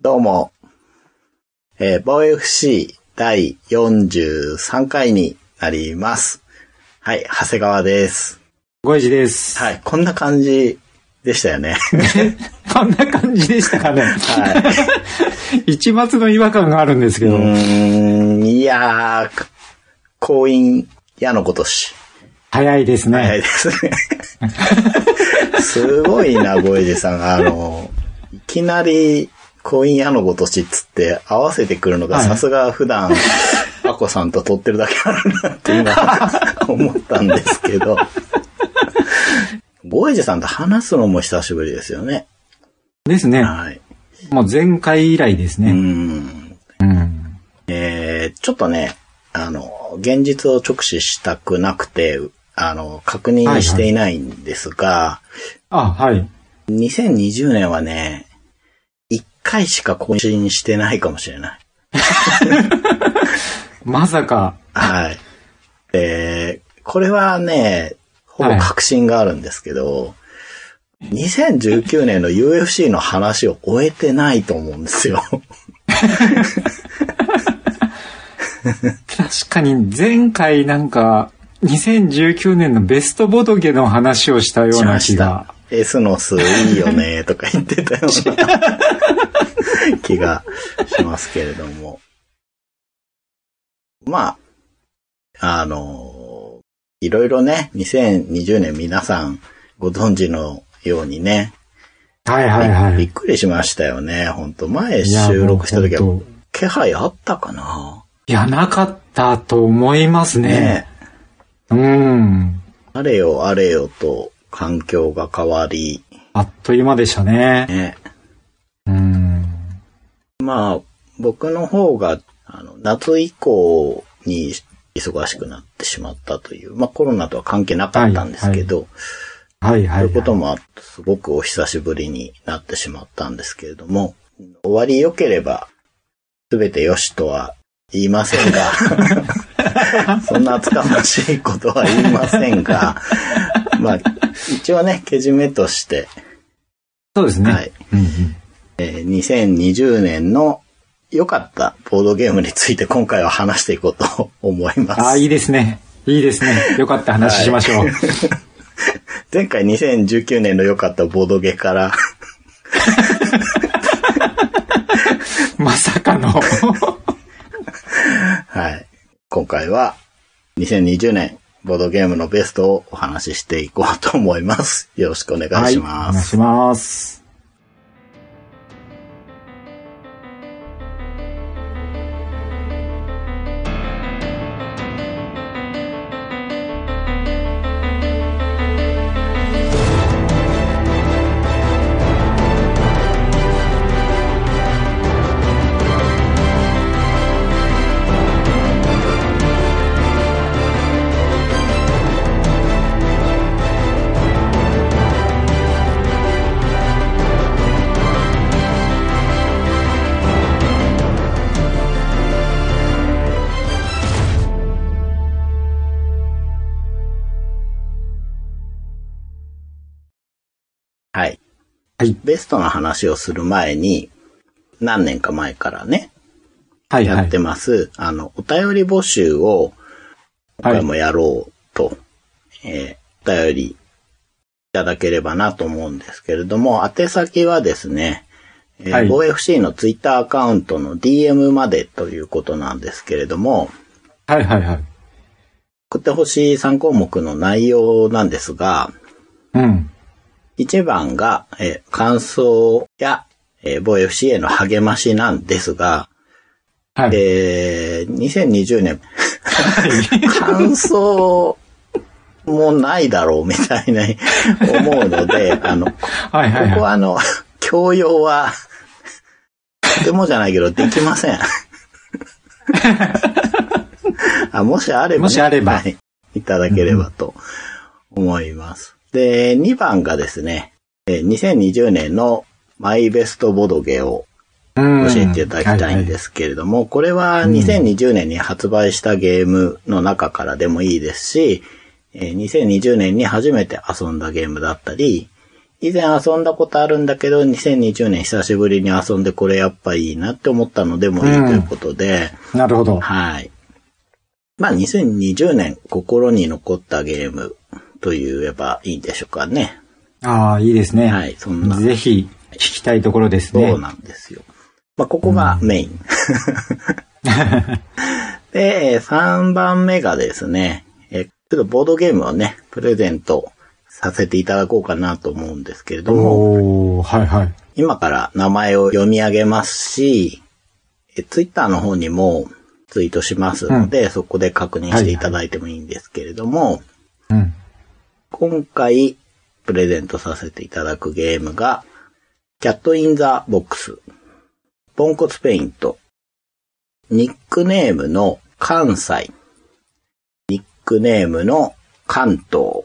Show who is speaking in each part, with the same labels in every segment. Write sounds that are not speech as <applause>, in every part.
Speaker 1: どうも。えー、防衛 FC 第43回になります。はい、長谷川です。
Speaker 2: ごいじです。
Speaker 1: はい、こんな感じでしたよね。
Speaker 2: こんな感じでしたかね。
Speaker 1: はい。
Speaker 2: 一抹の違和感があるんですけ
Speaker 1: う <laughs>
Speaker 2: ど。
Speaker 1: ーん、いやー、婚姻、矢のことし。
Speaker 2: 早いですね。
Speaker 1: 早いですね。すごいな、ゴエジさん。あの、いきなり、婚姻矢のごとしっつって合わせてくるのが、
Speaker 2: はい
Speaker 1: さすが普段、アコさんと撮ってるだけあるなって今、思ったんですけど。ゴエジさんと話すのも久しぶりですよね。
Speaker 2: ですね。
Speaker 1: はい。
Speaker 2: もう前回以来です
Speaker 1: う
Speaker 2: ね。
Speaker 1: ん。
Speaker 2: うん。
Speaker 1: えー、ちょっとね、あの、現実を直視したくなくて、あの、確認していないんですが、
Speaker 2: あ、はい。
Speaker 1: 2020年はね、一回しか更新してないかもしれない。
Speaker 2: まさか。
Speaker 1: はい。で、これはね、ほぼ確信があるんですけど、2019年の UFC の話を終えてないと思うんですよ。
Speaker 2: 確かに前回なんか、2019年のベストボドゲの話をしたような気が。
Speaker 1: エスノスいいよね、とか言ってたような
Speaker 2: <laughs>
Speaker 1: 気がしますけれども。まあ、あの、いろいろね、2020年皆さんご存知のようにね、
Speaker 2: はいはいは
Speaker 1: び
Speaker 2: い。
Speaker 1: っくりしましたよね、本当前
Speaker 2: いや
Speaker 1: 収録した時は
Speaker 2: もう本当
Speaker 1: 気配あったかない
Speaker 2: や、なかったと思いますね。
Speaker 1: ねえ
Speaker 2: うん。
Speaker 1: あれよあれよと環境が変わり、
Speaker 2: あっという間でしたね。
Speaker 1: ね、
Speaker 2: うん。
Speaker 1: まあ、僕の方が、あの、夏以降に忙しくなってしまったという、まあコロナとは関係なかったんですけど、
Speaker 2: はいはい、はい。
Speaker 1: ということもあって、すごくお久しぶりになってしまったんですけれども、終わり良ければ、すべて良しとは言いませんが、
Speaker 2: <laughs>
Speaker 1: そんな厚かましいことは言いませんが、まあ、一応ね、けじめとして、
Speaker 2: そうですね。
Speaker 1: はい。
Speaker 2: うんうん
Speaker 1: えー2020年の良かったボードゲームについて今回は話していこうと思います。
Speaker 2: ああ、いいですね。いいですね。よかった話しましょう。
Speaker 1: 前回2019年の良かったボードゲから
Speaker 2: <laughs> まさかの。
Speaker 1: はい。今回は2020年ボードゲームのベストをお話ししていこうと思います。よろしくお願いし
Speaker 2: はい、お
Speaker 1: ま
Speaker 2: 願い
Speaker 1: す。
Speaker 2: します。
Speaker 1: はい。
Speaker 2: はい
Speaker 1: ベストの話をする前に、何年か前からね、
Speaker 2: はい、は
Speaker 1: やっ
Speaker 2: い
Speaker 1: て。ます、あの、お便り募集を今
Speaker 2: は
Speaker 1: 回
Speaker 2: い。
Speaker 1: もやろうと、えーお便りいただければなと思うんですけれども、宛先はですね、えー
Speaker 2: はい
Speaker 1: 5FC のツイッターアカウントの DM までということなんですけれども、
Speaker 2: はい、はい、はい。
Speaker 1: 送ってほしい3項目の内容なんですが、
Speaker 2: うん。
Speaker 1: 1番が、えー感想や、えー、防衛 FC への励ましなんですが、
Speaker 2: はい。
Speaker 1: えー2020年、感想もないだろうみたいな思うので、あの、こ
Speaker 2: はい、はい、
Speaker 1: こ
Speaker 2: はい。
Speaker 1: はあの、教養は、とてもじゃないけど、できませ
Speaker 2: <laughs>
Speaker 1: ん。あもしあればね、
Speaker 2: もしあれば
Speaker 1: はい、いただければと思います。で、2番がですね、えー2020年のマイベストボドゲを
Speaker 2: うん。
Speaker 1: 教えていただきたいんですすけれども、これは2020年に発売したゲームの中からでもいいですし、えー2020年に初めて遊んだゲームだったり、以前遊んだことあるんだけど、2020年久しぶりに遊んでこれやっぱいいなって思ったのでもいいということで、
Speaker 2: なるほど。
Speaker 1: はい。まあ、2020年心に残ったゲームと言えばいいんでしょうかね。
Speaker 2: ああ、いいですね。
Speaker 1: はい、そんな。
Speaker 2: ぜひ、聞きたいところですね。
Speaker 1: そうなんですよ。まあ、ここがメイン。 <laughs> で、えー3番目がですね、えーちょっとボードゲームをね、プレゼントさせていただこうかなと思うんですけれども、
Speaker 2: おー、はいはい。
Speaker 1: 今から名前を読み上げますし、えー、ツイッターの方にもツイートしますので、そこで確認していただいてもいいんですけれども、
Speaker 2: うん。
Speaker 1: 今回プレゼントさせていただくゲームが、キャットインザボックス、ポンコツペイント、ニックネームの関西、ニックネームの関東、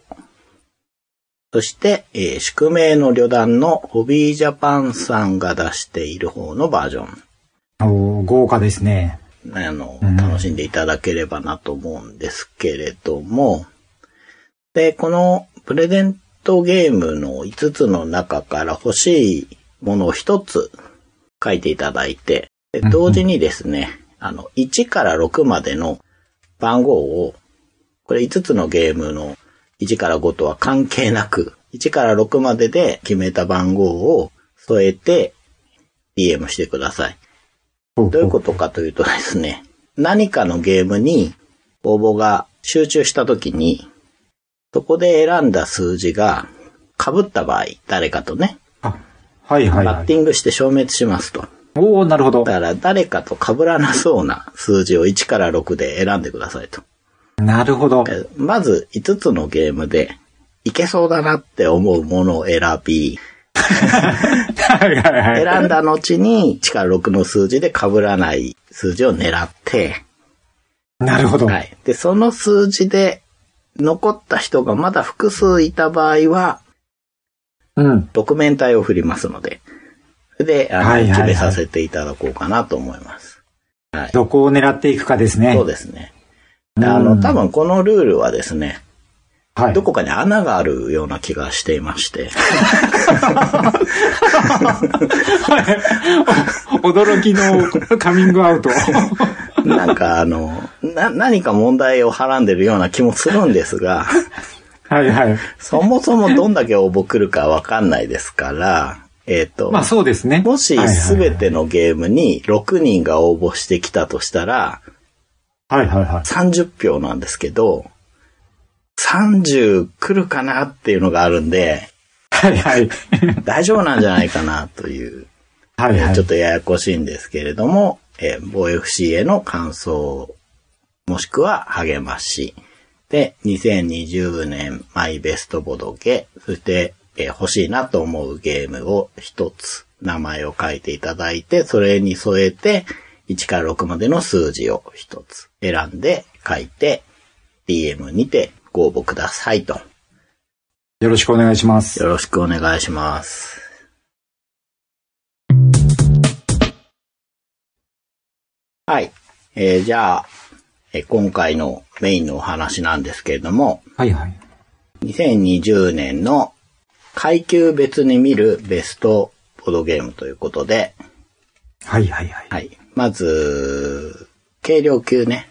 Speaker 1: そして、えー宿命の旅団のホビージャパンさんが出している方のバージョン。
Speaker 2: おー、豪華ですね。
Speaker 1: あの
Speaker 2: うん、
Speaker 1: 楽しんでいただければなと思うんですけれども、で、このプレゼントゲームの5つの中から欲しいものを1つ書いていただいて、で
Speaker 2: うん
Speaker 1: 同時にですね、あの、1から6までの番号を、これ5つのゲームの1から5とは関係なく、1から6までで決めた番号を添えて DM してください。
Speaker 2: どう
Speaker 1: どういうことかというとですね、何かのゲームに応募が集中した時に、そこで選んだ数字が被った場合、誰かとね、
Speaker 2: あ、はいはい、は
Speaker 1: バッテ
Speaker 2: い。
Speaker 1: ィングして消滅しますと。
Speaker 2: おー、なるほど
Speaker 1: だ。から誰かと被らなそうな数字を1から6で選んでくださいと。
Speaker 2: なるほど。
Speaker 1: えまず5つのゲームで、いけそうだなって思うものを選び、
Speaker 2: はいはいはい。
Speaker 1: 選んだ後に1から6の数字で被らない数字を狙って、
Speaker 2: なるほど。
Speaker 1: はい。で、その数字で残った人がまだ複数いた場合は、
Speaker 2: うん。
Speaker 1: ドキュメン体を振りますので、それで、あの、
Speaker 2: はいはいはい
Speaker 1: 決めさせていただこうかなと思います。
Speaker 2: どこを狙っていくかですね。
Speaker 1: そうですね。であの、
Speaker 2: うん
Speaker 1: 多分このルールはですね、
Speaker 2: はい。
Speaker 1: どこかに穴があるような気がしていま
Speaker 2: <laughs>
Speaker 1: して、
Speaker 2: <laughs> 驚きのカミングア <laughs> ウト。
Speaker 1: なんかあの、な、何か問題をはらんでるような気もするんです
Speaker 2: <laughs>
Speaker 1: が、
Speaker 2: はいはい。
Speaker 1: そもそもどんだけ応募来るかわかんないですから、えっ、と、
Speaker 2: まあそうですね。
Speaker 1: もし
Speaker 2: はいはい
Speaker 1: すべてのゲームに6人が応募してきたとしたら、
Speaker 2: はいはいはい。
Speaker 1: 30票なんですけど、30来るかなっていうのがあるんで、
Speaker 2: は
Speaker 1: <laughs>
Speaker 2: いはい。
Speaker 1: 大丈夫なんじゃないかなという、
Speaker 2: はい
Speaker 1: え
Speaker 2: は
Speaker 1: ー
Speaker 2: い。
Speaker 1: ちょっとややこしいんですけれども、えー、防衛 FC への感想、もしくは励まし、で、2020年マイベストボドゲ、そして、えー欲しいなと思うゲームを一つ名前を書いていただいて、それに添えて、1から6までの数字を一つ選んで書いて、DM にてご応募くださいと。
Speaker 2: よろしくお願いします。
Speaker 1: よろしくお願いします。はい。えーじゃあ、えー今回のメインのお話なんですけれども、
Speaker 2: はいはい。
Speaker 1: 2020年の階級別に見るベストボードゲームということで、
Speaker 2: はいはいはい。
Speaker 1: はい。まず、軽量級ね、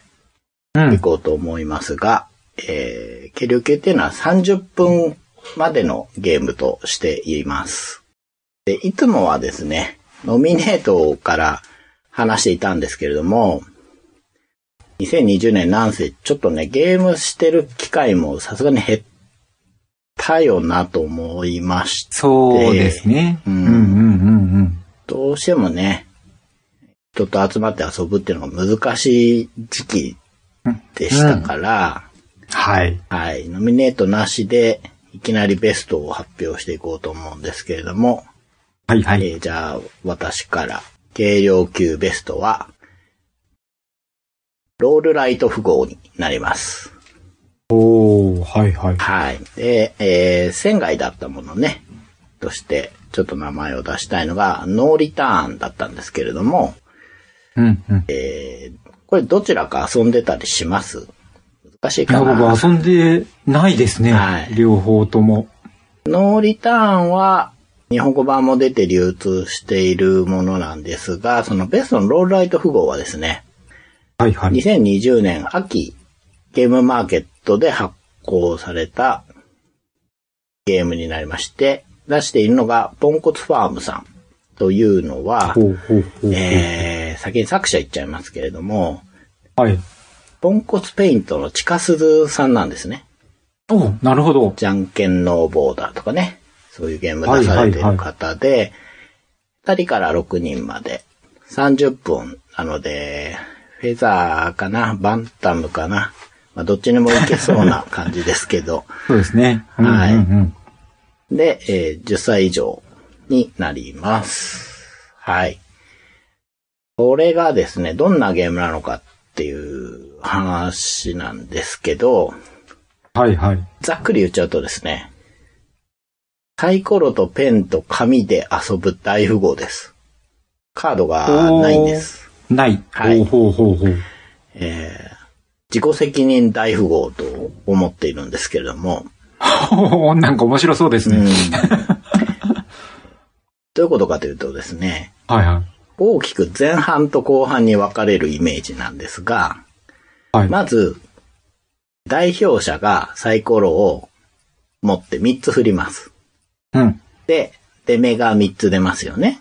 Speaker 2: う
Speaker 1: 行
Speaker 2: ん。
Speaker 1: こうと思いますが、えー、軽量級っていうのは30分までのゲームとしています。で、いつもはですね、ノミネートから話していたんですけれども、2020年なんせちょっとね、ゲームしてる機会もさすがに減ったよなと思いまして、
Speaker 2: そうですね。
Speaker 1: う
Speaker 2: うんんうんうんうん。
Speaker 1: どうしてもね、人と集まって遊ぶっていうのが難しい時期でしたから、
Speaker 2: はい。
Speaker 1: はい。ノミネートなしで、いきなりベストを発表していこうと思うんですけれども、
Speaker 2: はいは
Speaker 1: え
Speaker 2: い。
Speaker 1: ーじゃあ、私から、軽量級ベストは、ロールライト符号になります。
Speaker 2: おー、はいはい。
Speaker 1: はい。で、えー、仙外だったものね、として、ちょっと名前を出したいのが、ノーリターンだったんですけれども、
Speaker 2: うんうん。い
Speaker 1: えー、これどちらか遊んでたりします難しいか
Speaker 2: や、
Speaker 1: な
Speaker 2: 僕遊んでないですね
Speaker 1: は。い
Speaker 2: 両方とも。
Speaker 1: ノーリターンは、日本語版も出て流通しているものなんですが、そのベストのロールライト符号はですね、
Speaker 2: はいはい。
Speaker 1: 2020年秋、ゲームマーケットで発行されたゲームになりまして、出しているのが、ポンコツファームさんというのは、
Speaker 2: ほうほうほうほう。
Speaker 1: えー、先に作者言っちゃいますけれども、
Speaker 2: はい。
Speaker 1: ポンコツペイントの近鈴さんなんですね。
Speaker 2: おなるほど。
Speaker 1: じゃんけんのボーダーとかね、そういうゲーム出されてる方で、二人から6人まで、30分なので、フェザーかな、バンタムかな、まあ、どっちにもいけそうな感じですけど、
Speaker 2: そうですね。うんうん
Speaker 1: はい
Speaker 2: うん。
Speaker 1: で、えー10歳以上になります。はい。これがですね、どんなゲームなのかっていう話なんですけど、
Speaker 2: はいはい。
Speaker 1: ざっくり言っちゃうとですね、サイコロとペンと紙で遊ぶ大富豪です。カードがないんです。
Speaker 2: ない。
Speaker 1: はい
Speaker 2: ほうほうほうほう。
Speaker 1: えー自己責任大富豪と思っているんですけれども、
Speaker 2: <laughs> おーなんか面白そうです
Speaker 1: う
Speaker 2: ね。
Speaker 1: ん <laughs> どういうことかというとですね、
Speaker 2: はいはい。
Speaker 1: 大きく前半と後半に分かれるイメージなんですが、
Speaker 2: はい。
Speaker 1: まず、代表者がサイコロを持って3つ振ります。
Speaker 2: うん。
Speaker 1: で、出目が3つ出ますよね。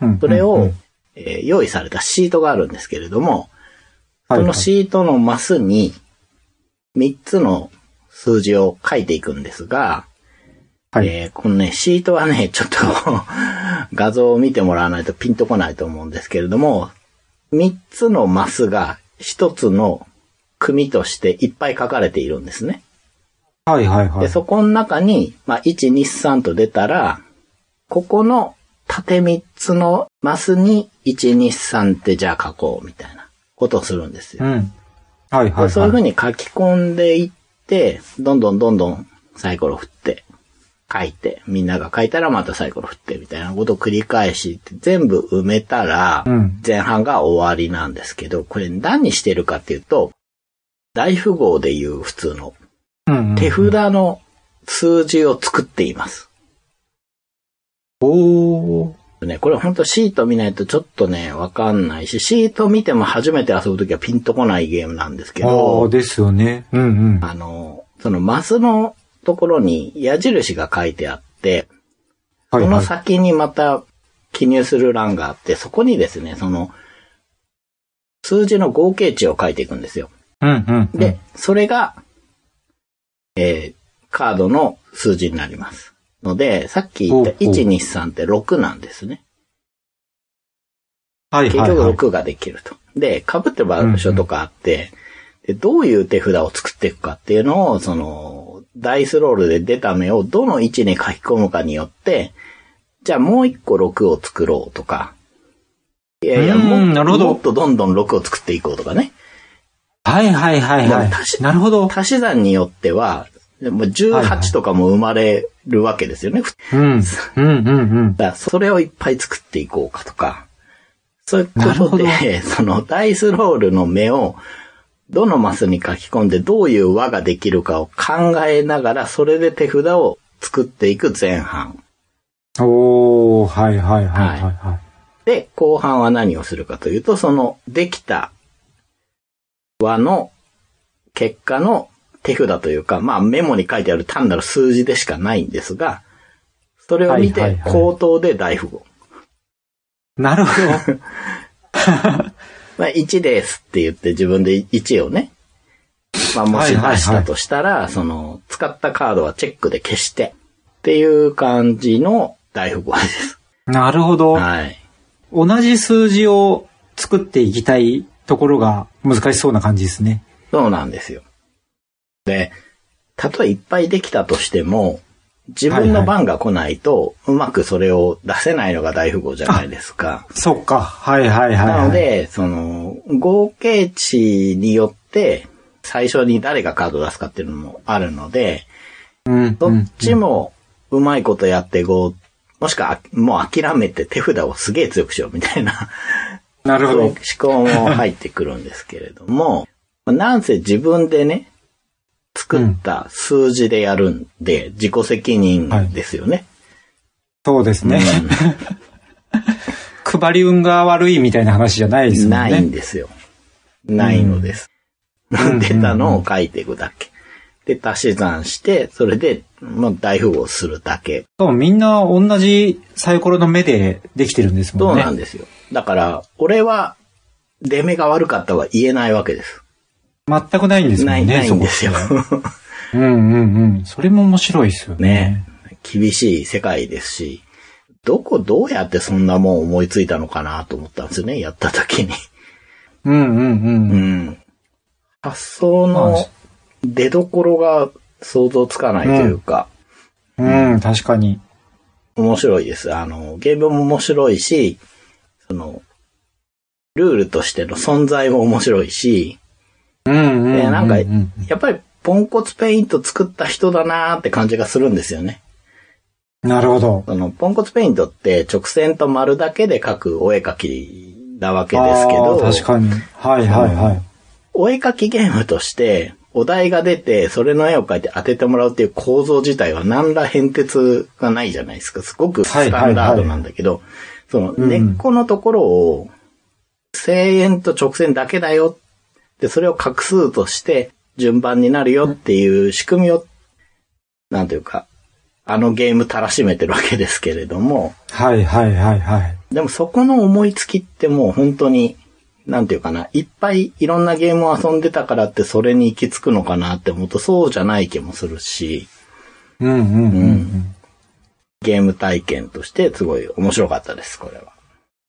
Speaker 2: うん。
Speaker 1: それ
Speaker 2: うん
Speaker 1: を
Speaker 2: うん、
Speaker 1: えー用意されたシートがあるんですけれども、
Speaker 2: は
Speaker 1: そ
Speaker 2: いは
Speaker 1: の
Speaker 2: い
Speaker 1: シートのマスに3つの数字を書いていくんですが、
Speaker 2: はい。
Speaker 1: えーこのね、シートはね、ち <laughs> ょっと画像を見てもらわないとピンとこないと思うんですけれども、3つのマスが1つの組としていっぱい書かれているんですね。
Speaker 2: はいはいは
Speaker 1: で、
Speaker 2: い。
Speaker 1: そこの中に、まあ、1、2、3と出たら、ここの縦3つのマスに、1、2、3ってじゃあ書こうみたいなことをするんです
Speaker 2: う
Speaker 1: よ。
Speaker 2: ん。はいはい
Speaker 1: で
Speaker 2: はい。
Speaker 1: そういう風に書き込んでいって、どんどんどんどんサイコロ振って、書いて、みんなが書いたらまたサイコロ振ってみたいなことを繰り返して、全部埋めたら
Speaker 2: う、ん。
Speaker 1: 前半が終わりなんですけど、これ何してるかっていうと、大富豪でいう普通の
Speaker 2: うん。うん
Speaker 1: 手札の数字を作っています。
Speaker 2: おー。
Speaker 1: ね、これほんとシート見ないとちょっとね、わかんないし、シート見ても初めて遊ぶときはピンとこないゲームなんですけ
Speaker 2: ああ、
Speaker 1: ど、
Speaker 2: ですよね。うんうん。
Speaker 1: あの、そのマスのところに矢印が書いてあって、
Speaker 2: はい
Speaker 1: その
Speaker 2: はい。
Speaker 1: 先にまた記入する欄があって、そこにですね、その、数字の合計値を書いていくんですよ。
Speaker 2: うんうんうん。
Speaker 1: で、それが、えーカードの数字になります。ので、さっき言った
Speaker 2: ほうほう
Speaker 1: 1、2、3って6なんですね。
Speaker 2: はい
Speaker 1: 結
Speaker 2: はい
Speaker 1: 局
Speaker 2: はい。
Speaker 1: 6ができると。で、被ってる場所とかあって、で、どういう手札を作っていくかっていうのを、その、ダイスロールで出た目をどの位置に書き込むかによって、じゃあもう1個6を作ろうとか、いやいや、
Speaker 2: うーん
Speaker 1: もっ
Speaker 2: なる
Speaker 1: と
Speaker 2: ほど
Speaker 1: もっとどんどん6を作っていこうとかね。
Speaker 2: はいはいはいは
Speaker 1: でも確
Speaker 2: い。なるほど。
Speaker 1: 足し算によっては、でも
Speaker 2: はいはい
Speaker 1: 18とかも生まれるわけですよね。 <laughs>
Speaker 2: うん。うんうんうん。
Speaker 1: だからそれをいっぱい作っていこうかとか、そういうこと
Speaker 2: な
Speaker 1: で、 <laughs> そのダイスロールの目を、どのマスに書き込んでどういう輪ができるかを考えながら、それで手札を作っていく前半。
Speaker 2: おー、はいはいはいはいはい。
Speaker 1: で、後半は何をするかというと、そのできた輪の結果の手札というか、まあメモに書いてある単なる数字でしかないんですが、それを見
Speaker 2: はいは
Speaker 1: て
Speaker 2: いはい
Speaker 1: 口頭で大富豪。
Speaker 2: なるほ
Speaker 1: <laughs>
Speaker 2: ど。
Speaker 1: まあ、1ですって言って自分で1をね、まあ、もし出したとしたら、その、使ったカードはチェックで消して、っていう感じの大富豪です。
Speaker 2: なるほど。
Speaker 1: はい。
Speaker 2: 同じ数字を作っていきたいところが難しそうな感じですね。
Speaker 1: そうなんですよ。で、たとえいっぱいできたとしても、自分の番が来ないと、うまくそれを出せないのが大富豪じゃないですか。
Speaker 2: そっか。はいはいはい、はい。
Speaker 1: なので、その、合計値によって、最初に誰がカード出すかっていうのもあるので、
Speaker 2: うん、う
Speaker 1: ど
Speaker 2: ん
Speaker 1: っちもうまいことやってこう、もしくはもう諦めて手札をすげえ強くしようみたいな、
Speaker 2: なる
Speaker 1: そ
Speaker 2: ほ
Speaker 1: ういう
Speaker 2: ど
Speaker 1: 思。考も入ってくるんですけれども、なんせ自分でね、作った数字でやるんで、自己責任ですよね。
Speaker 2: そうですね。 <laughs> 配り運が悪いみたいな話じゃ <laughs> ないですもんね。
Speaker 1: ないんですよ。ないのです。
Speaker 2: ん
Speaker 1: 出たのを書いていくだけ。で、足し算して、それで、まあ、大富豪するだけ。
Speaker 2: でもみんな同じサイコロの目でできてるんです
Speaker 1: そ
Speaker 2: も
Speaker 1: うん
Speaker 2: ね。
Speaker 1: なんですよ。だから、俺は、出目が悪かったは言えないわけです。
Speaker 2: 全くないんですもん
Speaker 1: な
Speaker 2: ね。
Speaker 1: い、ないんですよ。
Speaker 2: そこうんうんうん。それも面白いですよね。
Speaker 1: ね。厳しい世界ですし、どこ、どうやってそんなもん思いついたのかなと思ったんですよね、やった時に。
Speaker 2: うんうんうん。
Speaker 1: うん。発想の出所が想像つかないというか、
Speaker 2: うん、確かに。
Speaker 1: 面白いです。あの、ゲームも面白いし、その、ルールとしての存在も面白いし、
Speaker 2: うんうんうん、うん。
Speaker 1: でなんかやっぱりポンコツペイント作った人だなーって感じがするんですよね。
Speaker 2: なるほど。
Speaker 1: その、ポンコツペイントって直線と丸だけで描くお絵描きなわけですけど、
Speaker 2: あー確かに。はいはいはい。
Speaker 1: お絵描きゲームとして、お題が出て、それの絵を描いて当ててもらうっていう構造自体は何ら変哲がないじゃないですか。すごくスタンダードなんだけど、その
Speaker 2: うん
Speaker 1: 根っこのところを、正円と直線だけだよで、それを画数として順番になるよっていう仕組みを、なんというか、あのゲームたらしめてるわけですけれども、
Speaker 2: はいはいはいはい。
Speaker 1: でもそこの思いつきってもう本当に、なんていうかな、いっぱいいろんなゲームを遊んでたからってそれに行き着くのかなって思うとそうじゃない気もするし、
Speaker 2: うんうんうん。うん
Speaker 1: ゲーム体験としてすごい面白かったです、これは。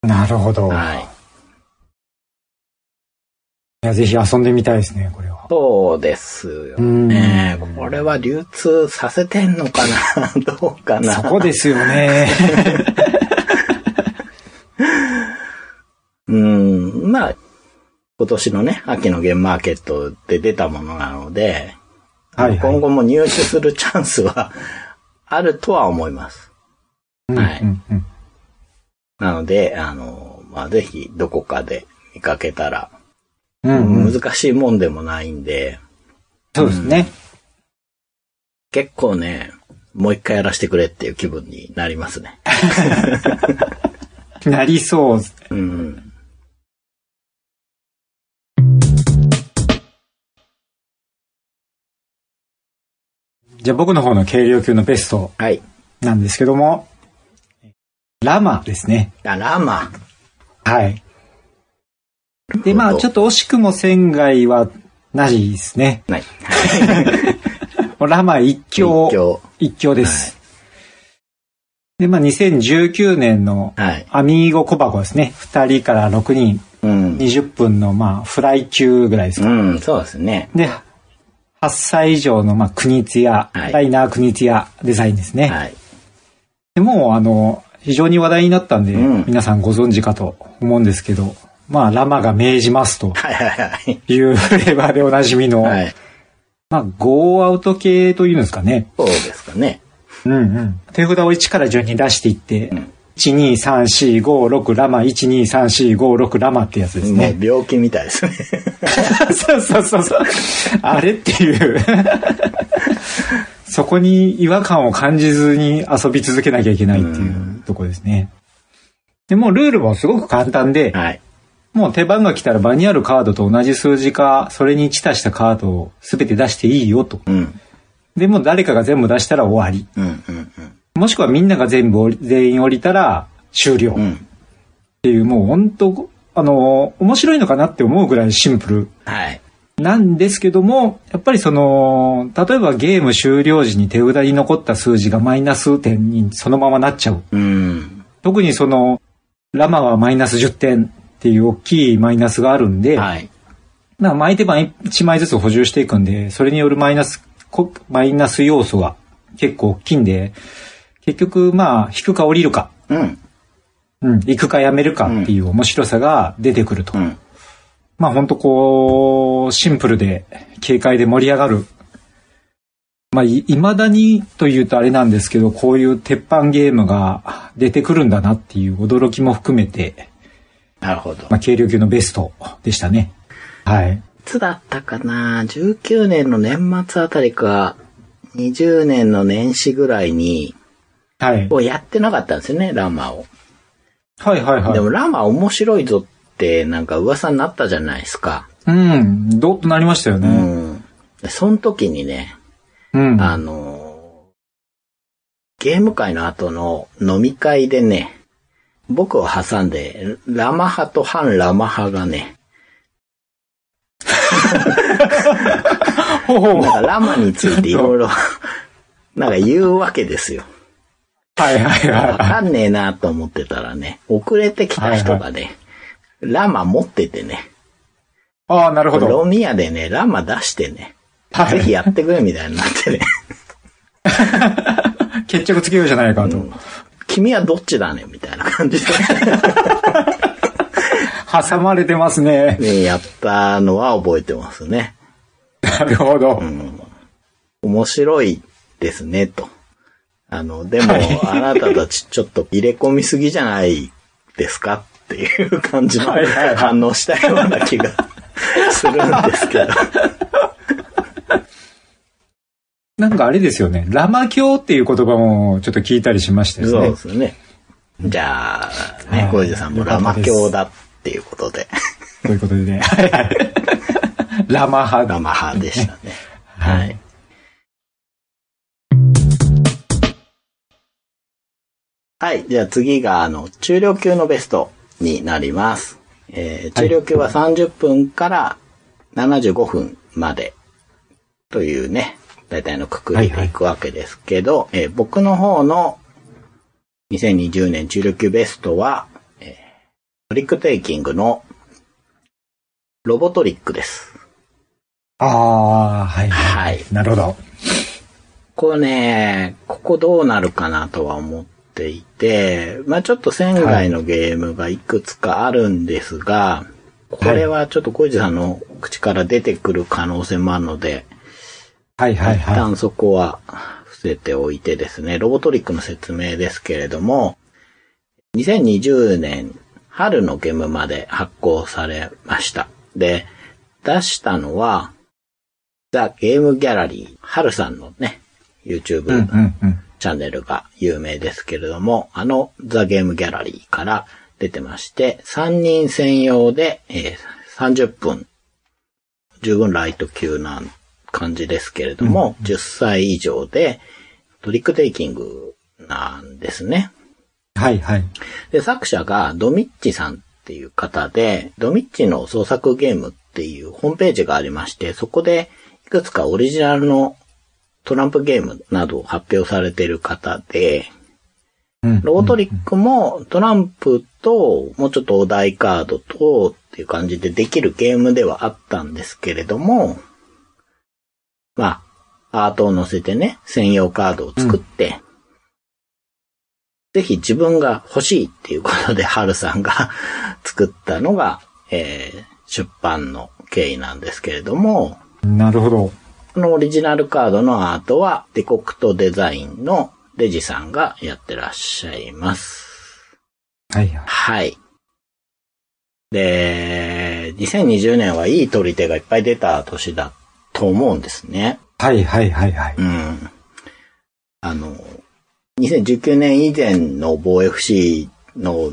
Speaker 2: なるほど。い
Speaker 1: はい。
Speaker 2: や、ぜひ遊んでみたいですね、こ
Speaker 1: <laughs>
Speaker 2: れは。
Speaker 1: そうですよ
Speaker 2: うん
Speaker 1: ね。これは流通させてんのかな <laughs> どうかな
Speaker 2: そこですよ
Speaker 1: <laughs>
Speaker 2: ね。
Speaker 1: うん、まあ、今年のね、秋のゲームマーケットで出たものなので、
Speaker 2: はいはい
Speaker 1: 今後も入手するチャンスはあるとは思います。
Speaker 2: うんうんうん
Speaker 1: なので、あの、まあ、ぜひどこかで見かけたら、
Speaker 2: うんうん。
Speaker 1: 難しいもんでもないんで、
Speaker 2: そうですね。
Speaker 1: 結構ね、もう一回やらせてくれっていう気分になりますね。
Speaker 2: なりそう。
Speaker 1: うん。
Speaker 2: じゃあ僕の方の軽量級のベスト
Speaker 1: はい。
Speaker 2: なんですけども、ラマですね。
Speaker 1: あ、ラーマ。
Speaker 2: はい。で、まあちょっと惜しくも仙外はなしですね。
Speaker 1: ない。
Speaker 2: <laughs> もうラマ一強。
Speaker 1: 一強
Speaker 2: 一強です。で、まあ2019年の
Speaker 1: はい。
Speaker 2: アミーゴコバコですね。2人から6人、
Speaker 1: うん。
Speaker 2: 20分のまあフライ級ぐらいですか。
Speaker 1: うん、そうですね。
Speaker 2: で、8歳以上のまあ国津屋、
Speaker 1: はい
Speaker 2: ライナー国津屋デザインですね。
Speaker 1: はい。
Speaker 2: でもうあの、非常に話題になったんで、
Speaker 1: うん
Speaker 2: 皆さんご存知かと思うんですけど、まあ、ラマが命じますと
Speaker 1: はいはい
Speaker 2: いう <laughs> フレーバーでおなじみの、
Speaker 1: はい。はい。
Speaker 2: まあ、ゴーアウト系というんですかね。
Speaker 1: そうですかね。
Speaker 2: うんうん。手札を1から順に出していって、12345ラマ12345ラマってやつです
Speaker 1: もう
Speaker 2: ね。
Speaker 1: 病気みたいですね。
Speaker 2: <laughs> そうそうそうそう。あれっていう。 <laughs> そこに違和感を感じずに遊び続けなきゃいけないっていうとこですね。でもうルールもすごく簡単で、
Speaker 1: はい。
Speaker 2: もう手番が来たら場にあるカードと同じ数字か、それに1足したカードを全て出していいよと。
Speaker 1: うん。
Speaker 2: でもう誰かが全部出したら終わり。
Speaker 1: うんうんうん。
Speaker 2: もしくはみんなが全部降り全員降りたら終了
Speaker 1: う
Speaker 2: っ
Speaker 1: ん。
Speaker 2: ていう、もう本当あの、面白いのかなって思うぐらいシンプル
Speaker 1: はい。
Speaker 2: なんですけども、やっぱりその、例えばゲーム終了時に手札に残った数字がマイナス点にそのままなっちゃう。
Speaker 1: うん。
Speaker 2: 特にその、ラマはマイナス10点っていう大きいマイナスがあるんで、
Speaker 1: はい。
Speaker 2: まあ、毎手番1枚ずつ補充していくんで、それによるマイナス、こマイナス要素が結構大きいんで、結局、まあ、引くか降りるか、
Speaker 1: うん。
Speaker 2: うん、行くかやめるかっていう面白さが出てくると。
Speaker 1: うん。
Speaker 2: まあ、ほんとこう、シンプルで、軽快で盛り上がる。まあ、い、未だにというとあれなんですけど、こういう鉄板ゲームが出てくるんだなっていう驚きも含めて、
Speaker 1: なるほど。
Speaker 2: まあ、軽量級のベストでしたね。はい。
Speaker 1: つだったかな ?19 年の年末あたりか、20年の年始ぐらいに、
Speaker 2: はい。
Speaker 1: をやってなかったんですよね、ラマを。
Speaker 2: はいはいはい。
Speaker 1: でもラマ面白いぞって、なんか噂になったじゃないですか。
Speaker 2: うん、どっとなりましたよ
Speaker 1: う
Speaker 2: ね。
Speaker 1: ん。でその時にね、
Speaker 2: うん。
Speaker 1: あのーゲーム会の後の飲み会でね、僕を挟んで、ラマ派と反ラマ派がね、
Speaker 2: <laughs> ほうほう。
Speaker 1: なんか
Speaker 2: はい
Speaker 1: ラマについていろ
Speaker 2: <laughs>
Speaker 1: いろ、なんか言うわけですよ。
Speaker 2: はいはい
Speaker 1: わ
Speaker 2: は
Speaker 1: かんねえなと思ってたらね、遅れてきた人がね、ラマ持っててね、
Speaker 2: い。ああ、なるほど。
Speaker 1: ロミ屋でね、ラマ出してね、
Speaker 2: は
Speaker 1: ぜ
Speaker 2: い
Speaker 1: ひやってくれみたいになってね、
Speaker 2: 決着つけようじゃないかと。
Speaker 1: 君はどっちだねみたいな感じで、
Speaker 2: 挟まれてますね。
Speaker 1: ね、やったのは覚えてますね。
Speaker 2: なるほど。
Speaker 1: 面白いですね、と。あの、でも、あなたたちちょっと入れ込みすぎじゃないですかっていう感じの
Speaker 2: <laughs> はいはいはい
Speaker 1: 反応したような気が <laughs> するんですけど。
Speaker 2: なんかあれですよね。ラマ教っていう言葉もちょっと聞いたりしましたよ
Speaker 1: そう
Speaker 2: ね
Speaker 1: で。すね。じゃあ、
Speaker 2: は
Speaker 1: ね
Speaker 2: い、
Speaker 1: 小路さんもラマ教だっていうことで、
Speaker 2: ということでね。はいはいラマ派
Speaker 1: ラ
Speaker 2: だ。
Speaker 1: マ派でしたね。 <laughs> はい。はい。じゃあ次が、あの、中量級のベストになります。えー中量級は30分から75分までというね、大体のくくりでいくわけですけど、えー僕の方の2020年中量級ベストは、えートリックテイキングのロボトリックです。
Speaker 2: ああ、はい。
Speaker 1: はい。
Speaker 2: なるほど。
Speaker 1: こうね、ここどうなるかなとは思っていて、まあちょっと仙外のゲームがいくつかあるんですが、これはちょっと小路さんの口から出てくる可能性もあるので、
Speaker 2: はいはい
Speaker 1: 一
Speaker 2: は
Speaker 1: 旦そこは伏せておいてですね、ロボトリックの説明ですけれども、2020年春のゲームまで発行されました。で、出したのは、ザ・ゲームギャラリー、春さんのね、
Speaker 2: い。うん
Speaker 1: YouTube
Speaker 2: うんうん。
Speaker 1: チャンネルが有名ですけれども、あのザ・ゲームギャラリーから出てまして、3人専用で、えー30分、十分ライト級な感じですけれども、10歳以上でトリックテイキングなんですね。
Speaker 2: はいはい。
Speaker 1: で、作者がドミッチさんっていう方で、ドミッチの創作ゲームっていうホームページがありまして、そこでいくつかオリジナルのトランプゲームなどを発表されている方で、
Speaker 2: うん。
Speaker 1: ロボトリックもトランプと、もうちょっとお題カードと、っていう感じでできるゲームではあったんですけれども、まあ、アートを乗せてね、専用カードを作って、ぜひ自分が欲しいっていうことで、ハルさんが <laughs> 作ったのが、えー出版の経緯なんですけれども、
Speaker 2: なるほど。
Speaker 1: このオリジナルカードのアートは、デコクトデザインのレジさんがやってらっしゃいます。
Speaker 2: はいはい。
Speaker 1: はい。で、2020年はいい取り手がいっぱい出た年だと思うんですね。
Speaker 2: はいはいはいはい。
Speaker 1: うん。あの、2019年以前の某 FC の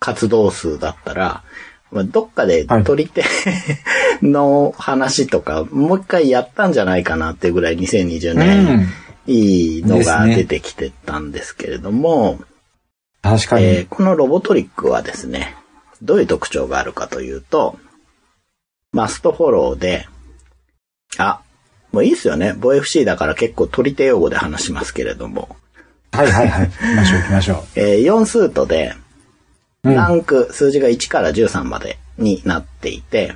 Speaker 1: 活動数だったら、まあどっかで取り手 <laughs> の話とか、もう一回やったんじゃないかなっていうぐらい2020
Speaker 2: う
Speaker 1: 年
Speaker 2: ん。
Speaker 1: いいのが
Speaker 2: ですね
Speaker 1: 出てきてたんですけれども、
Speaker 2: 確かに。
Speaker 1: えーこのロボトリックはですね、どういう特徴があるかというと、マストフォローで、あ、もういいですよね。ボ FC だから結構取り手用語で話しますけれども、
Speaker 2: はいはいはい。行きましょう行きましょ
Speaker 1: え4数とで、
Speaker 2: う。うん。
Speaker 1: ランク、数字が1から13までになっていて、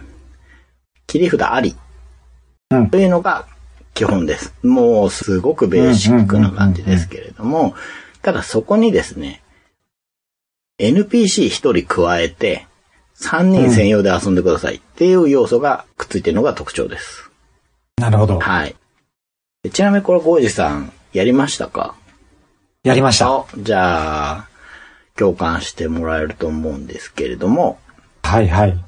Speaker 1: 切り札あり
Speaker 2: うん
Speaker 1: というのが基本です。もうすごくベーシックな感じですけれども、ただそこにですね、NPC1 人加えて、3人専用で遊んでくださいっていう要素がくっついてるのが特徴です。
Speaker 2: なるほど。
Speaker 1: はい。でちなみにこれ、ゴージさん、やりましたか
Speaker 2: やりました。
Speaker 1: あじゃあ、共感してもらえると思うんですけれども、
Speaker 2: はいはい。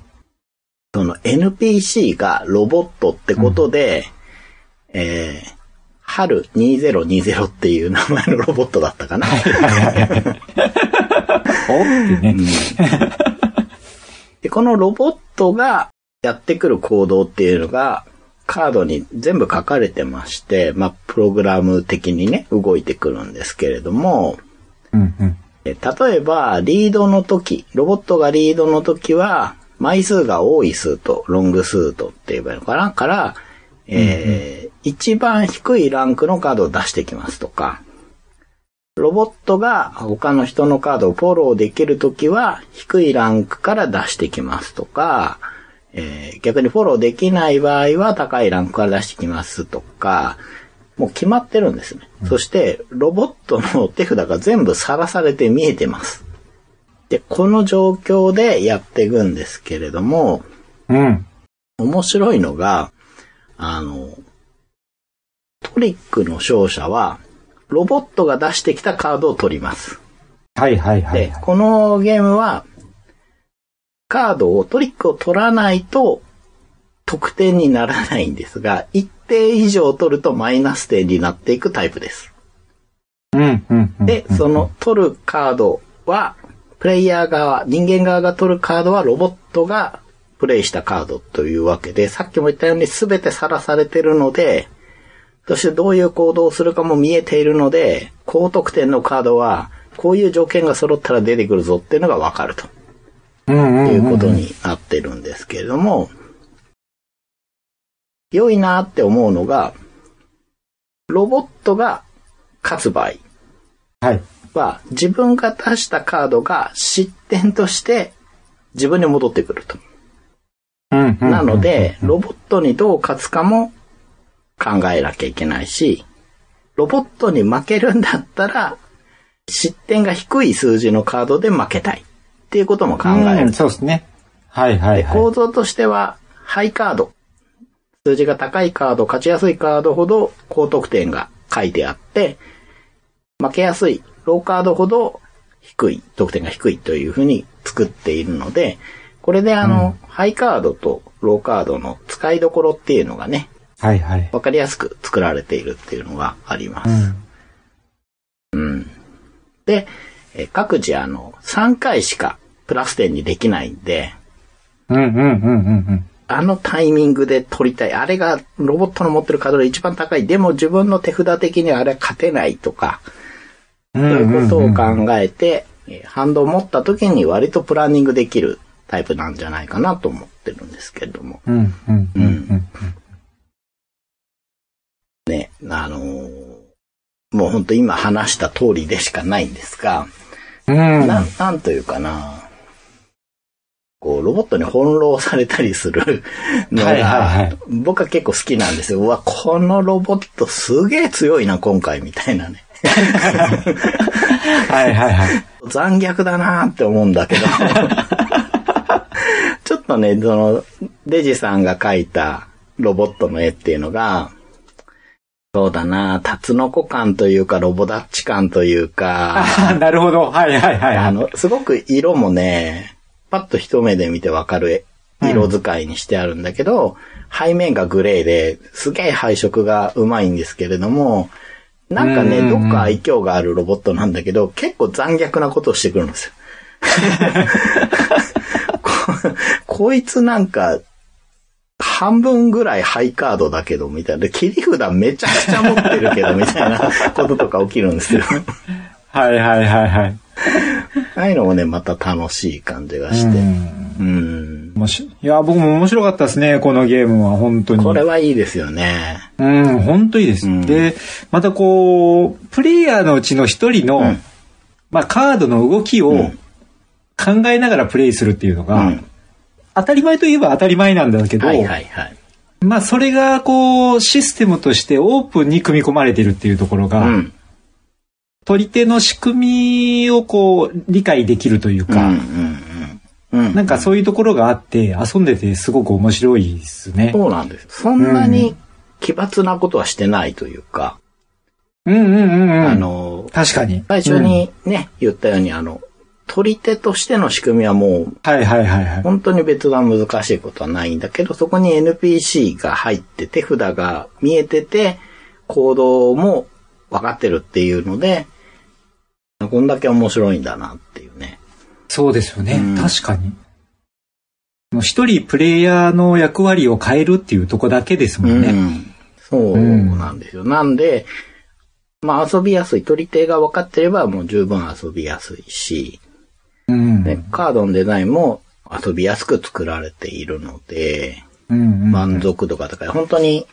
Speaker 1: その NPC がロボットってことで、えー、春2020っていう名前のロボットだったかな。
Speaker 2: おってね。
Speaker 1: で、このロボットがやってくる行動っていうのが、カードに全部書かれてまして、まあ、プログラム的にね、動いてくるんですけれども、
Speaker 2: うんうん。
Speaker 1: え例えば、リードの時、ロボットがリードの時は、枚数が多い数と、ロング数とって言えばいいのかなから、えー一番低いランクのカードを出してきますとか、ロボットが他の人のカードをフォローできるときは、低いランクから出してきますとか、えー逆にフォローできない場合は高いランクから出してきますとか、もう決まってるんですね。そして、ロボットの手札が全部さらされて見えてます。で、この状況でやっていくんですけれども、
Speaker 2: うん。
Speaker 1: 面白いのが、あの、トリックの勝者は、ロボットが出してきたカードを取ります。
Speaker 2: はいはいはい
Speaker 1: で
Speaker 2: は、い。
Speaker 1: このゲームは、カードを、トリックを取らないと、得点にならないんですが、一定以上取るとマイナス点になっていくタイプです。
Speaker 2: うんうんうん。
Speaker 1: で、その取るカードは、プレイヤー側、人間側が取るカードはロボットがプレイしたカードというわけで、さっきも言ったように全てさらされてるので、そしてどういう行動をするかも見えているので、高得点のカードは、こういう条件が揃ったら出てくるぞっていうのがわかると。
Speaker 2: うんうん
Speaker 1: っ
Speaker 2: うん
Speaker 1: ていうことになってるんですけれども、良いなって思うのが、ロボットが勝つ場合
Speaker 2: はい。
Speaker 1: は、自分が出したカードが失点として自分に戻ってくると。
Speaker 2: うんうんうん。
Speaker 1: なので、ロボットにどう勝つかも考えなきゃいけないし、ロボットに負けるんだったら、失点が低い数字のカードで負けたいっていうことも考え
Speaker 2: う
Speaker 1: る
Speaker 2: ん。そうですね。はいはい
Speaker 1: で
Speaker 2: はい。
Speaker 1: 構造としては、ハイカード。数字が高いカード、勝ちやすいカードほど高得点が書いてあって、負けやすいローカードほど低い、得点が低いというふうに作っているので、これであの、ハイカードとローカードの使いどころっていうのがね、
Speaker 2: はいはい。
Speaker 1: わかりやすく作られているっていうのがありま
Speaker 2: う
Speaker 1: す。
Speaker 2: ん。
Speaker 1: で、えー各自あの、3回しかプラス点にできないんで、
Speaker 2: うんうんうんうん
Speaker 1: あのタイミングで取りたい。あれがロボットの持ってるカードで一番高い。でも自分の手札的にはあれは勝てないとか、
Speaker 2: うん。
Speaker 1: そ
Speaker 2: ん
Speaker 1: ういう
Speaker 2: ん
Speaker 1: んことを考えて、えーハンドを持った時に割とプランニングできるタイプなんじゃないかなと思ってるんですけれども。
Speaker 2: うんうんうんうん。
Speaker 1: ね、あのーもうほんと今話した通りでしかないんですが、
Speaker 2: うん。
Speaker 1: なん、なんというかな、こう、ロボットに翻弄されたりす
Speaker 2: <laughs>
Speaker 1: るの
Speaker 2: はいはいは
Speaker 1: が
Speaker 2: い、
Speaker 1: 僕は結構好きなんですよ。うわ、このロボットすげえ強いな、今回、みたいなね。
Speaker 2: はいはいはい。
Speaker 1: 残虐だなって思うんだ
Speaker 2: <laughs>
Speaker 1: けど。ちょっとね、その、デジさんが描いたロボットの絵っていうのが、そうだなタツノコ感というか、ロボダッチ感という
Speaker 2: <laughs>
Speaker 1: か、
Speaker 2: あなるほど。はいはいはい
Speaker 1: あ
Speaker 2: はい。
Speaker 1: の、すごく色もね、パッと一目で見てわかる色使いにしてあるんだけど、背面がグレーで、すげえ配色がうまいんですけれども、なんか
Speaker 2: うん
Speaker 1: ね、
Speaker 2: うん
Speaker 1: ど
Speaker 2: うん
Speaker 1: っか愛嬌があるロボットなんだけど、結構残虐なことをしてくるんです
Speaker 2: <laughs>
Speaker 1: よ。ここいつなんか、半分ぐらいハイカードだけど、みたいな。で切り札めちゃくちゃ持ってるけど、みたいなこととか起きるんですよ。
Speaker 2: はいはいはいはい。
Speaker 1: ああいうのもね、また楽しい感じがして。
Speaker 2: うん
Speaker 1: うん。
Speaker 2: 面白いいや、僕も面白かったですね、このゲームは、本当に。
Speaker 1: これはいいですよね。
Speaker 2: うん、本当いいです。
Speaker 1: うん
Speaker 2: で、またこう、プレイヤーのうちの一人の、
Speaker 1: ん
Speaker 2: まあカードの動きを
Speaker 1: ん
Speaker 2: 考えながらプレイするっていうの
Speaker 1: う
Speaker 2: が、当たり前といえば当たり前なんだけど、
Speaker 1: はいはいはい。
Speaker 2: まあそれがこう、システムとしてオープンに組み込まれてるっていうところ
Speaker 1: う
Speaker 2: が、
Speaker 1: ん。
Speaker 2: 取り手の仕組みをこう、理解できるという
Speaker 1: うんうん
Speaker 2: か、
Speaker 1: うん。うん。
Speaker 2: なんかそういうところがあって、遊んでてすごく面白いですね。
Speaker 1: そうなんです。そんなに奇抜なことはしてないというか、
Speaker 2: うんうんうんうん。
Speaker 1: あの、
Speaker 2: 確かに。
Speaker 1: 最初にね、言ったようにあの、取り手としての仕組みはもう、
Speaker 2: はいはいはいはい。
Speaker 1: 本当に別段難しいことはないんだけど、そこに NPC が入って手札が見えてて、行動も分かってるっていうので、こんだけ面白いんだなっていうね。
Speaker 2: そうですよ
Speaker 1: う
Speaker 2: ね。
Speaker 1: ん
Speaker 2: 確かに。もう一人プレイヤーの役割を変えるっていうとこだけですもん
Speaker 1: う
Speaker 2: ね。
Speaker 1: ん。そうなんですよ。なんで、まあ遊びやすい。取り手が分かってればもう十分遊びやすいし、
Speaker 2: うん。
Speaker 1: でカードのデザインも遊びやすく作られているので、
Speaker 2: うん、うん。
Speaker 1: 満足度が高い。本当に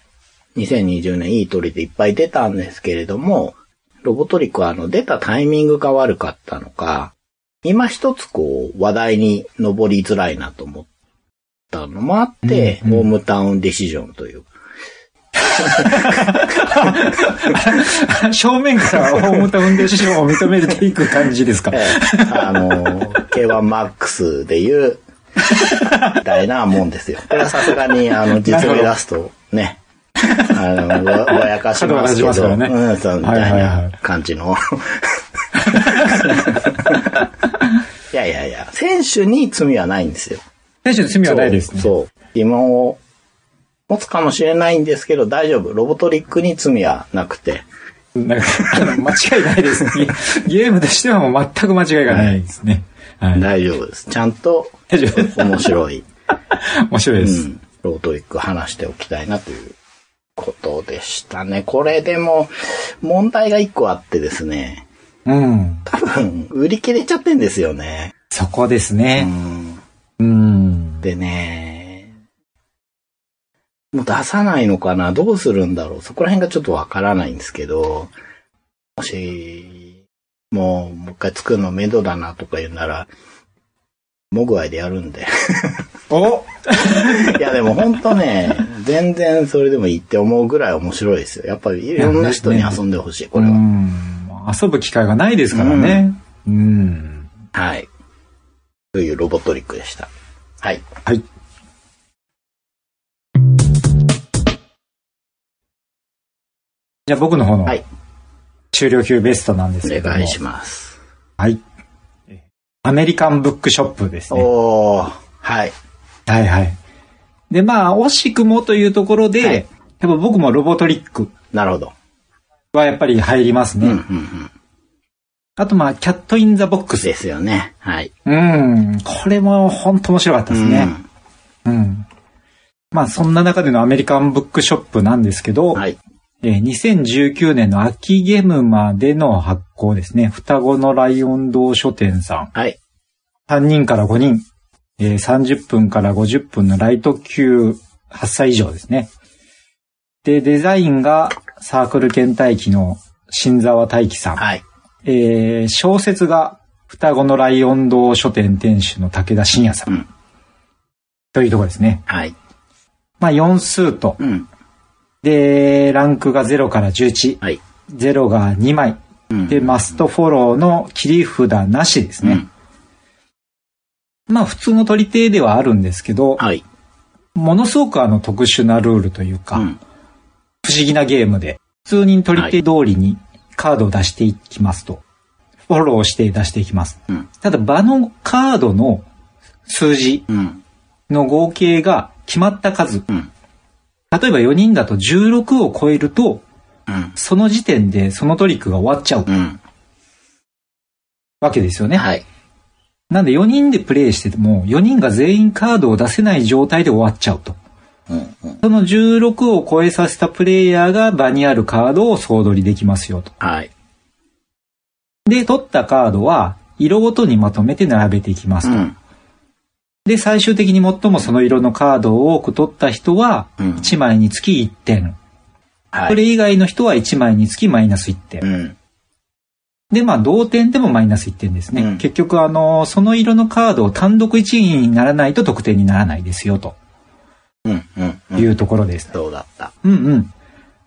Speaker 1: 2020年いい鳥でいっぱい出たんですけれども、ロボトリックはあの出たタイミングが悪かったのか、今一つこう話題に上りづらいなと思ったのもあって、
Speaker 2: うんうん
Speaker 1: ホームタウンディシジョンという。
Speaker 2: <laughs> 正面からホームタウンデションを認めていく感じですか
Speaker 1: <laughs> え。えあの、K1MAX でいう、みたいなもんですよ。これはさすがに、あの、実名出すと、ね。あの、ぼぼやかしますけど、
Speaker 2: 角が立ちますからね
Speaker 1: うん、そう、みたい
Speaker 2: はいはいは
Speaker 1: ない感じの。 <laughs> いやいやいや、選手に罪はないんですよ。
Speaker 2: 選手の罪はないですね。
Speaker 1: そう。そう疑問を持つかもしれないんですけど、大丈夫。ロボトリックに罪はなくて。
Speaker 2: なんか、あの間違いない <laughs> ですね。ゲームとしてはもう全く間違いがないですね。はい。
Speaker 1: 大丈夫です。ちゃんと
Speaker 2: 大丈夫。
Speaker 1: 面白い。
Speaker 2: 面白いで
Speaker 1: う
Speaker 2: す。
Speaker 1: ん、ロートリック話しておきたいなということでしたね。これでも、問題が一個あってですね、
Speaker 2: うん。
Speaker 1: 多分、売り切れちゃってんですよね。
Speaker 2: そこです
Speaker 1: う
Speaker 2: ね。
Speaker 1: ん、
Speaker 2: うん。
Speaker 1: でね、もう出さないのかなどうするんだろうそこら辺がちょっとわからないんですけど、もし、もう、もう一回作るの面倒だなとか言うなら、モグアイでやるんで。
Speaker 2: お
Speaker 1: いやでも本当ね、全然それでもいいって思うぐらい面白いですよ。やっぱりいろんな人に遊んでほしい、これ
Speaker 2: う
Speaker 1: は。
Speaker 2: ん遊ぶ機会がないですからね。うん。
Speaker 1: はい。というロボトリックでした。はい。
Speaker 2: はい。じゃあ僕の方の
Speaker 1: はい。
Speaker 2: 終了級ベストなんですけ
Speaker 1: お
Speaker 2: ども。
Speaker 1: 願いします。
Speaker 2: はい。アメリカンブックショップですね。
Speaker 1: おー。はい。
Speaker 2: はいはい。で、まあ、惜しくもというところで、
Speaker 1: はい
Speaker 2: やっぱ僕もロボトリック
Speaker 1: なるほど。
Speaker 2: はやっぱり入ります
Speaker 1: うん、
Speaker 2: ね。
Speaker 1: うん、うん。
Speaker 2: あとまあ、キャットインザボックス。
Speaker 1: ですよね。はい。
Speaker 2: うん。これも本当面白かったですね。うん。まあ、そんな中でのアメリカンブックショップなんですけ
Speaker 1: う
Speaker 2: ど、
Speaker 1: ん。はい。
Speaker 2: えー2019年の秋ゲームまでの発行ですね。双子のライオン堂書店さん。
Speaker 1: はい。
Speaker 2: 3人から5人。えー30分から50分のライト級8歳以上ですね。で、デザインがサークル検体機の新沢大樹さん。
Speaker 1: はい。
Speaker 2: えー小説が双子のライオン堂書店店主の武田信也さん。
Speaker 1: うん
Speaker 2: というところですね。
Speaker 1: はい。
Speaker 2: まあ、4数と。
Speaker 1: うん。
Speaker 2: で、ランクが0から11。
Speaker 1: はい。
Speaker 2: 0が2枚。
Speaker 1: うん
Speaker 2: で、マストフォローの切り札なしです
Speaker 1: う
Speaker 2: ね。
Speaker 1: ん。
Speaker 2: まあ、普通の取り手ではあるんですけど、
Speaker 1: はい。
Speaker 2: ものすごくあの特殊なルールという
Speaker 1: う
Speaker 2: か、
Speaker 1: ん。
Speaker 2: 不思議なゲームで、普通に取り手通りにカードを出していきますと。フォローして出していきます。
Speaker 1: うん。
Speaker 2: ただ場のカードの数字
Speaker 1: うん。
Speaker 2: の合計が決まった数。
Speaker 1: うん。
Speaker 2: 例えば4人だと16を超えると、
Speaker 1: うん。
Speaker 2: その時点でそのトリックが終わっちゃう
Speaker 1: うん。
Speaker 2: わけですよね。
Speaker 1: はい。
Speaker 2: なんで4人でプレイしてても、4人が全員カードを出せない状態で終わっちゃうと。
Speaker 1: うん。うん。
Speaker 2: その16を超えさせたプレイヤーが場にあるカードを総取りできますよと。
Speaker 1: はい。
Speaker 2: で、取ったカードは、色ごとにまとめて並べていきま
Speaker 1: う
Speaker 2: すと。
Speaker 1: ん。
Speaker 2: で、最終的に最もその色のカードを多く取った人は、
Speaker 1: うん。
Speaker 2: 1枚につき1点。
Speaker 1: は
Speaker 2: そ
Speaker 1: い。
Speaker 2: れ以外の人は1枚につきマイナス1点。
Speaker 1: うん。
Speaker 2: で、まあ、同点でもマイナス1点ですね。
Speaker 1: うん
Speaker 2: 結局、あの、その色のカードを単独1位にならないと得点にならないですよ、と
Speaker 1: うん。うん。う
Speaker 2: い
Speaker 1: ん。
Speaker 2: うところです。
Speaker 1: そうだった。
Speaker 2: うんうん。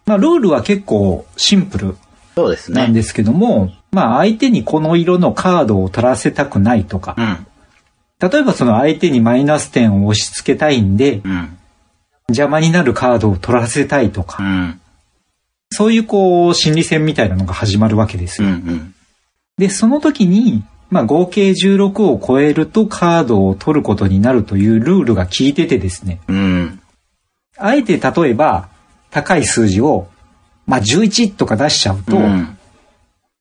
Speaker 2: まあ、ルールは結構シンプル
Speaker 1: そうです
Speaker 2: な
Speaker 1: ね
Speaker 2: ん。ですけども、まあ、相手にこの色のカードを取らせたくないとか
Speaker 1: う、ん。
Speaker 2: 例えばその相手にマイナス点を押し付けたいんで、
Speaker 1: うん。
Speaker 2: 邪魔になるカードを取らせたいと
Speaker 1: う
Speaker 2: か、
Speaker 1: ん。
Speaker 2: そういうこう、心理戦みたいなのが始まるわけです
Speaker 1: うん。う
Speaker 2: よ。
Speaker 1: ん。
Speaker 2: で、その時に、まあ合計16を超えるとカードを取ることになるというルールが効いててですね。
Speaker 1: うん。
Speaker 2: あえて例えば高い数字を、まあ11とか出しちゃうと、
Speaker 1: うん。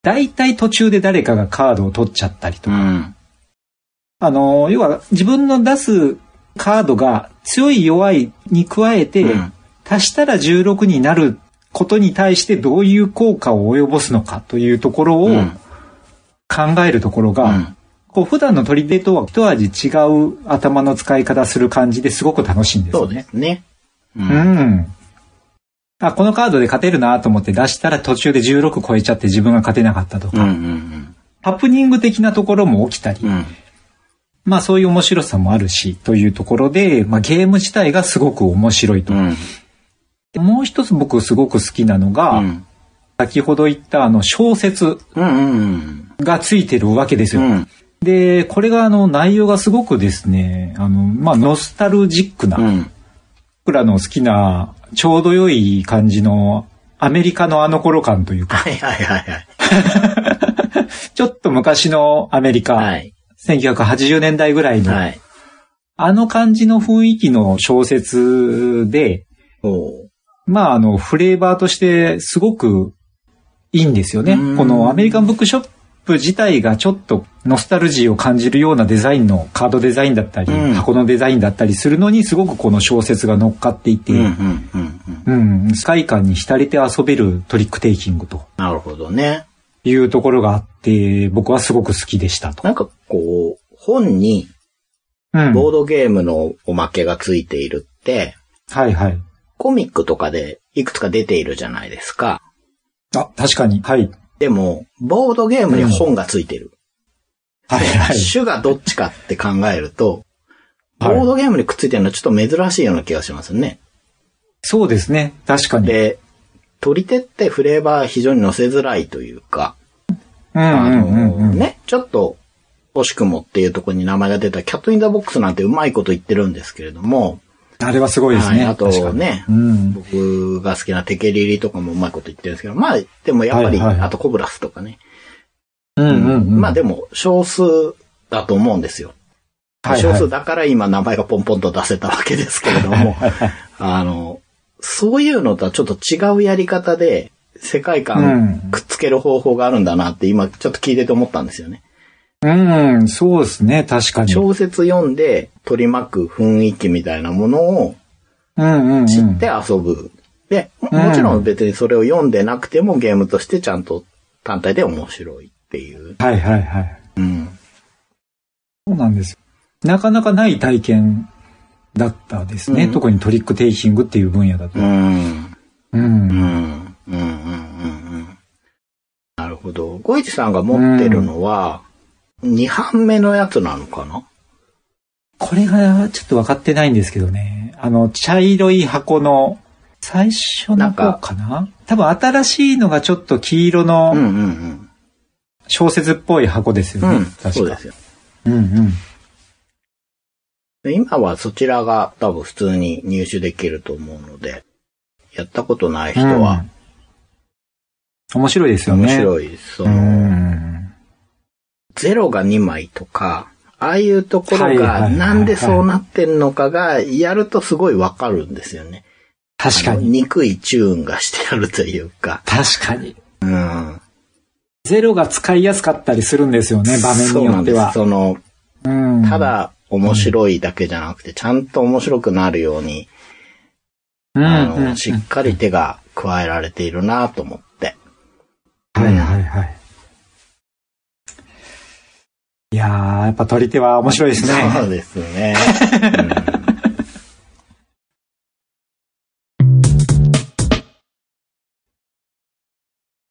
Speaker 2: 大体途中で誰かがカードを取っちゃったりと
Speaker 1: う
Speaker 2: か、
Speaker 1: ん。
Speaker 2: あの、要は自分の出すカードが強い弱いに加えて、
Speaker 1: うん
Speaker 2: 足したら16になることに対してどういう効果を及ぼすのかというところを
Speaker 1: うん
Speaker 2: 考えるところが、
Speaker 1: うん
Speaker 2: こう普段の取り手とは一味違う頭の使い方する感じですごく楽しいんです
Speaker 1: そ
Speaker 2: よ
Speaker 1: うで
Speaker 2: ね。
Speaker 1: すね。う
Speaker 2: う。ん。あ、このカードで勝てるなと思って出したら途中で16超えちゃって自分が勝てなかったとか、
Speaker 1: うんうん
Speaker 2: ハプニング的なところも起きたり、
Speaker 1: うん。うん。
Speaker 2: まあそういう面白さもあるし、というところで、まあゲーム自体がすごく面白いと。
Speaker 1: うん。
Speaker 2: でもう一つ僕すごく好きなのが、
Speaker 1: うん。
Speaker 2: 先ほど言ったあの小説
Speaker 1: うんうん
Speaker 2: がついてるわけです
Speaker 1: う
Speaker 2: よ。
Speaker 1: ん。
Speaker 2: で、これがあの内容がすごくですね、あの、まあノスタルジックな、
Speaker 1: うん。
Speaker 2: 僕らの好きな、ちょうど良い感じのアメリカのあの頃感というか、
Speaker 1: はいはいはいはい。
Speaker 2: ちょっと昔のアメリカ、
Speaker 1: はい。
Speaker 2: 1980年代ぐらいの、
Speaker 1: はい。
Speaker 2: あの感じの雰囲気の小説で、
Speaker 1: おう
Speaker 2: まあ、あの、フレーバーとしてすごくいいんですよね
Speaker 1: うん。
Speaker 2: このアメリカンブックショップ自体がちょっとノスタルジーを感じるようなデザインのカードデザインだったり、
Speaker 1: うん
Speaker 2: 箱のデザインだったりするのにすごくこの小説が乗っかっていて、
Speaker 1: うんう
Speaker 2: うんん、
Speaker 1: うんうん。
Speaker 2: 世界観に浸れて遊べるトリックテイキングと
Speaker 1: なるほどね。
Speaker 2: いうところがあって、僕はすごく好きでしたと。
Speaker 1: なんかこう、本に
Speaker 2: うん。
Speaker 1: ボードゲームのおまけがついているって、
Speaker 2: はいはい。
Speaker 1: コミックとかでいくつか出ているじゃないですか。
Speaker 2: あ、確かに。はい。
Speaker 1: でも、ボードゲームに本がついてる。
Speaker 2: はいはい。
Speaker 1: 種がどっちかって考えると、ボ
Speaker 2: はい
Speaker 1: ードゲームにくっついてるのはちょっと珍しいような気がしますね。
Speaker 2: <laughs> そうですね。確かに。
Speaker 1: で、取り手ってフレーバー非常に乗せづらいというか、
Speaker 2: うん
Speaker 1: あ
Speaker 2: う
Speaker 1: の
Speaker 2: んうんうん。
Speaker 1: ね、ちょっと、惜しくもっていうところに名前が出たキャットインザボックスなんてうまいこと言ってるんですけれども、
Speaker 2: あれはすごいです
Speaker 1: は
Speaker 2: ね。
Speaker 1: いあと
Speaker 2: 確かに
Speaker 1: ね
Speaker 2: うん。
Speaker 1: 僕が好きなテケリリとかもうまいこと言ってるんですけど、まあ、でもやっぱり、
Speaker 2: はいはい
Speaker 1: あとコブラスとかね。
Speaker 2: うんうんうん。
Speaker 1: まあでも少数だと思うんですよ。
Speaker 2: はいはい
Speaker 1: 少数だから今名前がポンポンと出せたわけですけれども、あの、そういうのとはちょっと違うやり方で世界観
Speaker 2: う
Speaker 1: くっつける方法があるんだなって今ちょっと聞いてて思ったんですよね。
Speaker 2: ん。うん、そうですね、確かに。
Speaker 1: 小説読んで取り巻く雰囲気みたいなものを
Speaker 2: うんうんうん。
Speaker 1: 知って遊ぶ。で、も
Speaker 2: うん
Speaker 1: もちろん別にそれを読んでなくてもゲームとしてちゃんと単体で面白いっていう。
Speaker 2: はいはいはい。
Speaker 1: うん。
Speaker 2: そうなんですよ。なかなかない体験だったですね。
Speaker 1: うん
Speaker 2: 特にトリックテイキングっていう分野だと
Speaker 1: う。ん。
Speaker 2: うん。
Speaker 1: うんうんうんうんうん。なるほど。ゴイチさんが持ってるのは、2版目のやつなのかな
Speaker 2: これがちょっと分かってないんですけどね。あの、茶色い箱の最初の方かな多分新しいのがちょっと黄色
Speaker 1: うん
Speaker 2: の
Speaker 1: うん
Speaker 2: 小説っぽい箱ですよ
Speaker 1: うん。
Speaker 2: ね。
Speaker 1: うん、
Speaker 2: 確か
Speaker 1: そうですよ。
Speaker 2: うんうん。
Speaker 1: で今はそちらが多分普通に入手できると思うので、やったことない人は
Speaker 2: うん。面白いですよね。
Speaker 1: 面白い。そうの、
Speaker 2: ん。
Speaker 1: ゼロが2枚とか、ああいうとこ
Speaker 2: は
Speaker 1: ろ
Speaker 2: いはいはい
Speaker 1: が
Speaker 2: はい
Speaker 1: なんでそうなってんのかが、やるとすごいわかるんですよね。
Speaker 2: 確か
Speaker 1: あの
Speaker 2: に。
Speaker 1: 憎いチューンがしてあるというか。
Speaker 2: 確かに。
Speaker 1: うん。
Speaker 2: ゼロが使いやすかったりするんですよね、場面によっては。
Speaker 1: そうなんです。そ
Speaker 2: うん
Speaker 1: の、た、だ面白いだけじゃなくて、ちゃんと面白くなるように、
Speaker 2: うん
Speaker 1: あ
Speaker 2: うん
Speaker 1: の、しっかり手が加えられているなと思って。
Speaker 2: はいはいはい。いやー、やっぱ取り手は面白いですね。
Speaker 1: そうですね。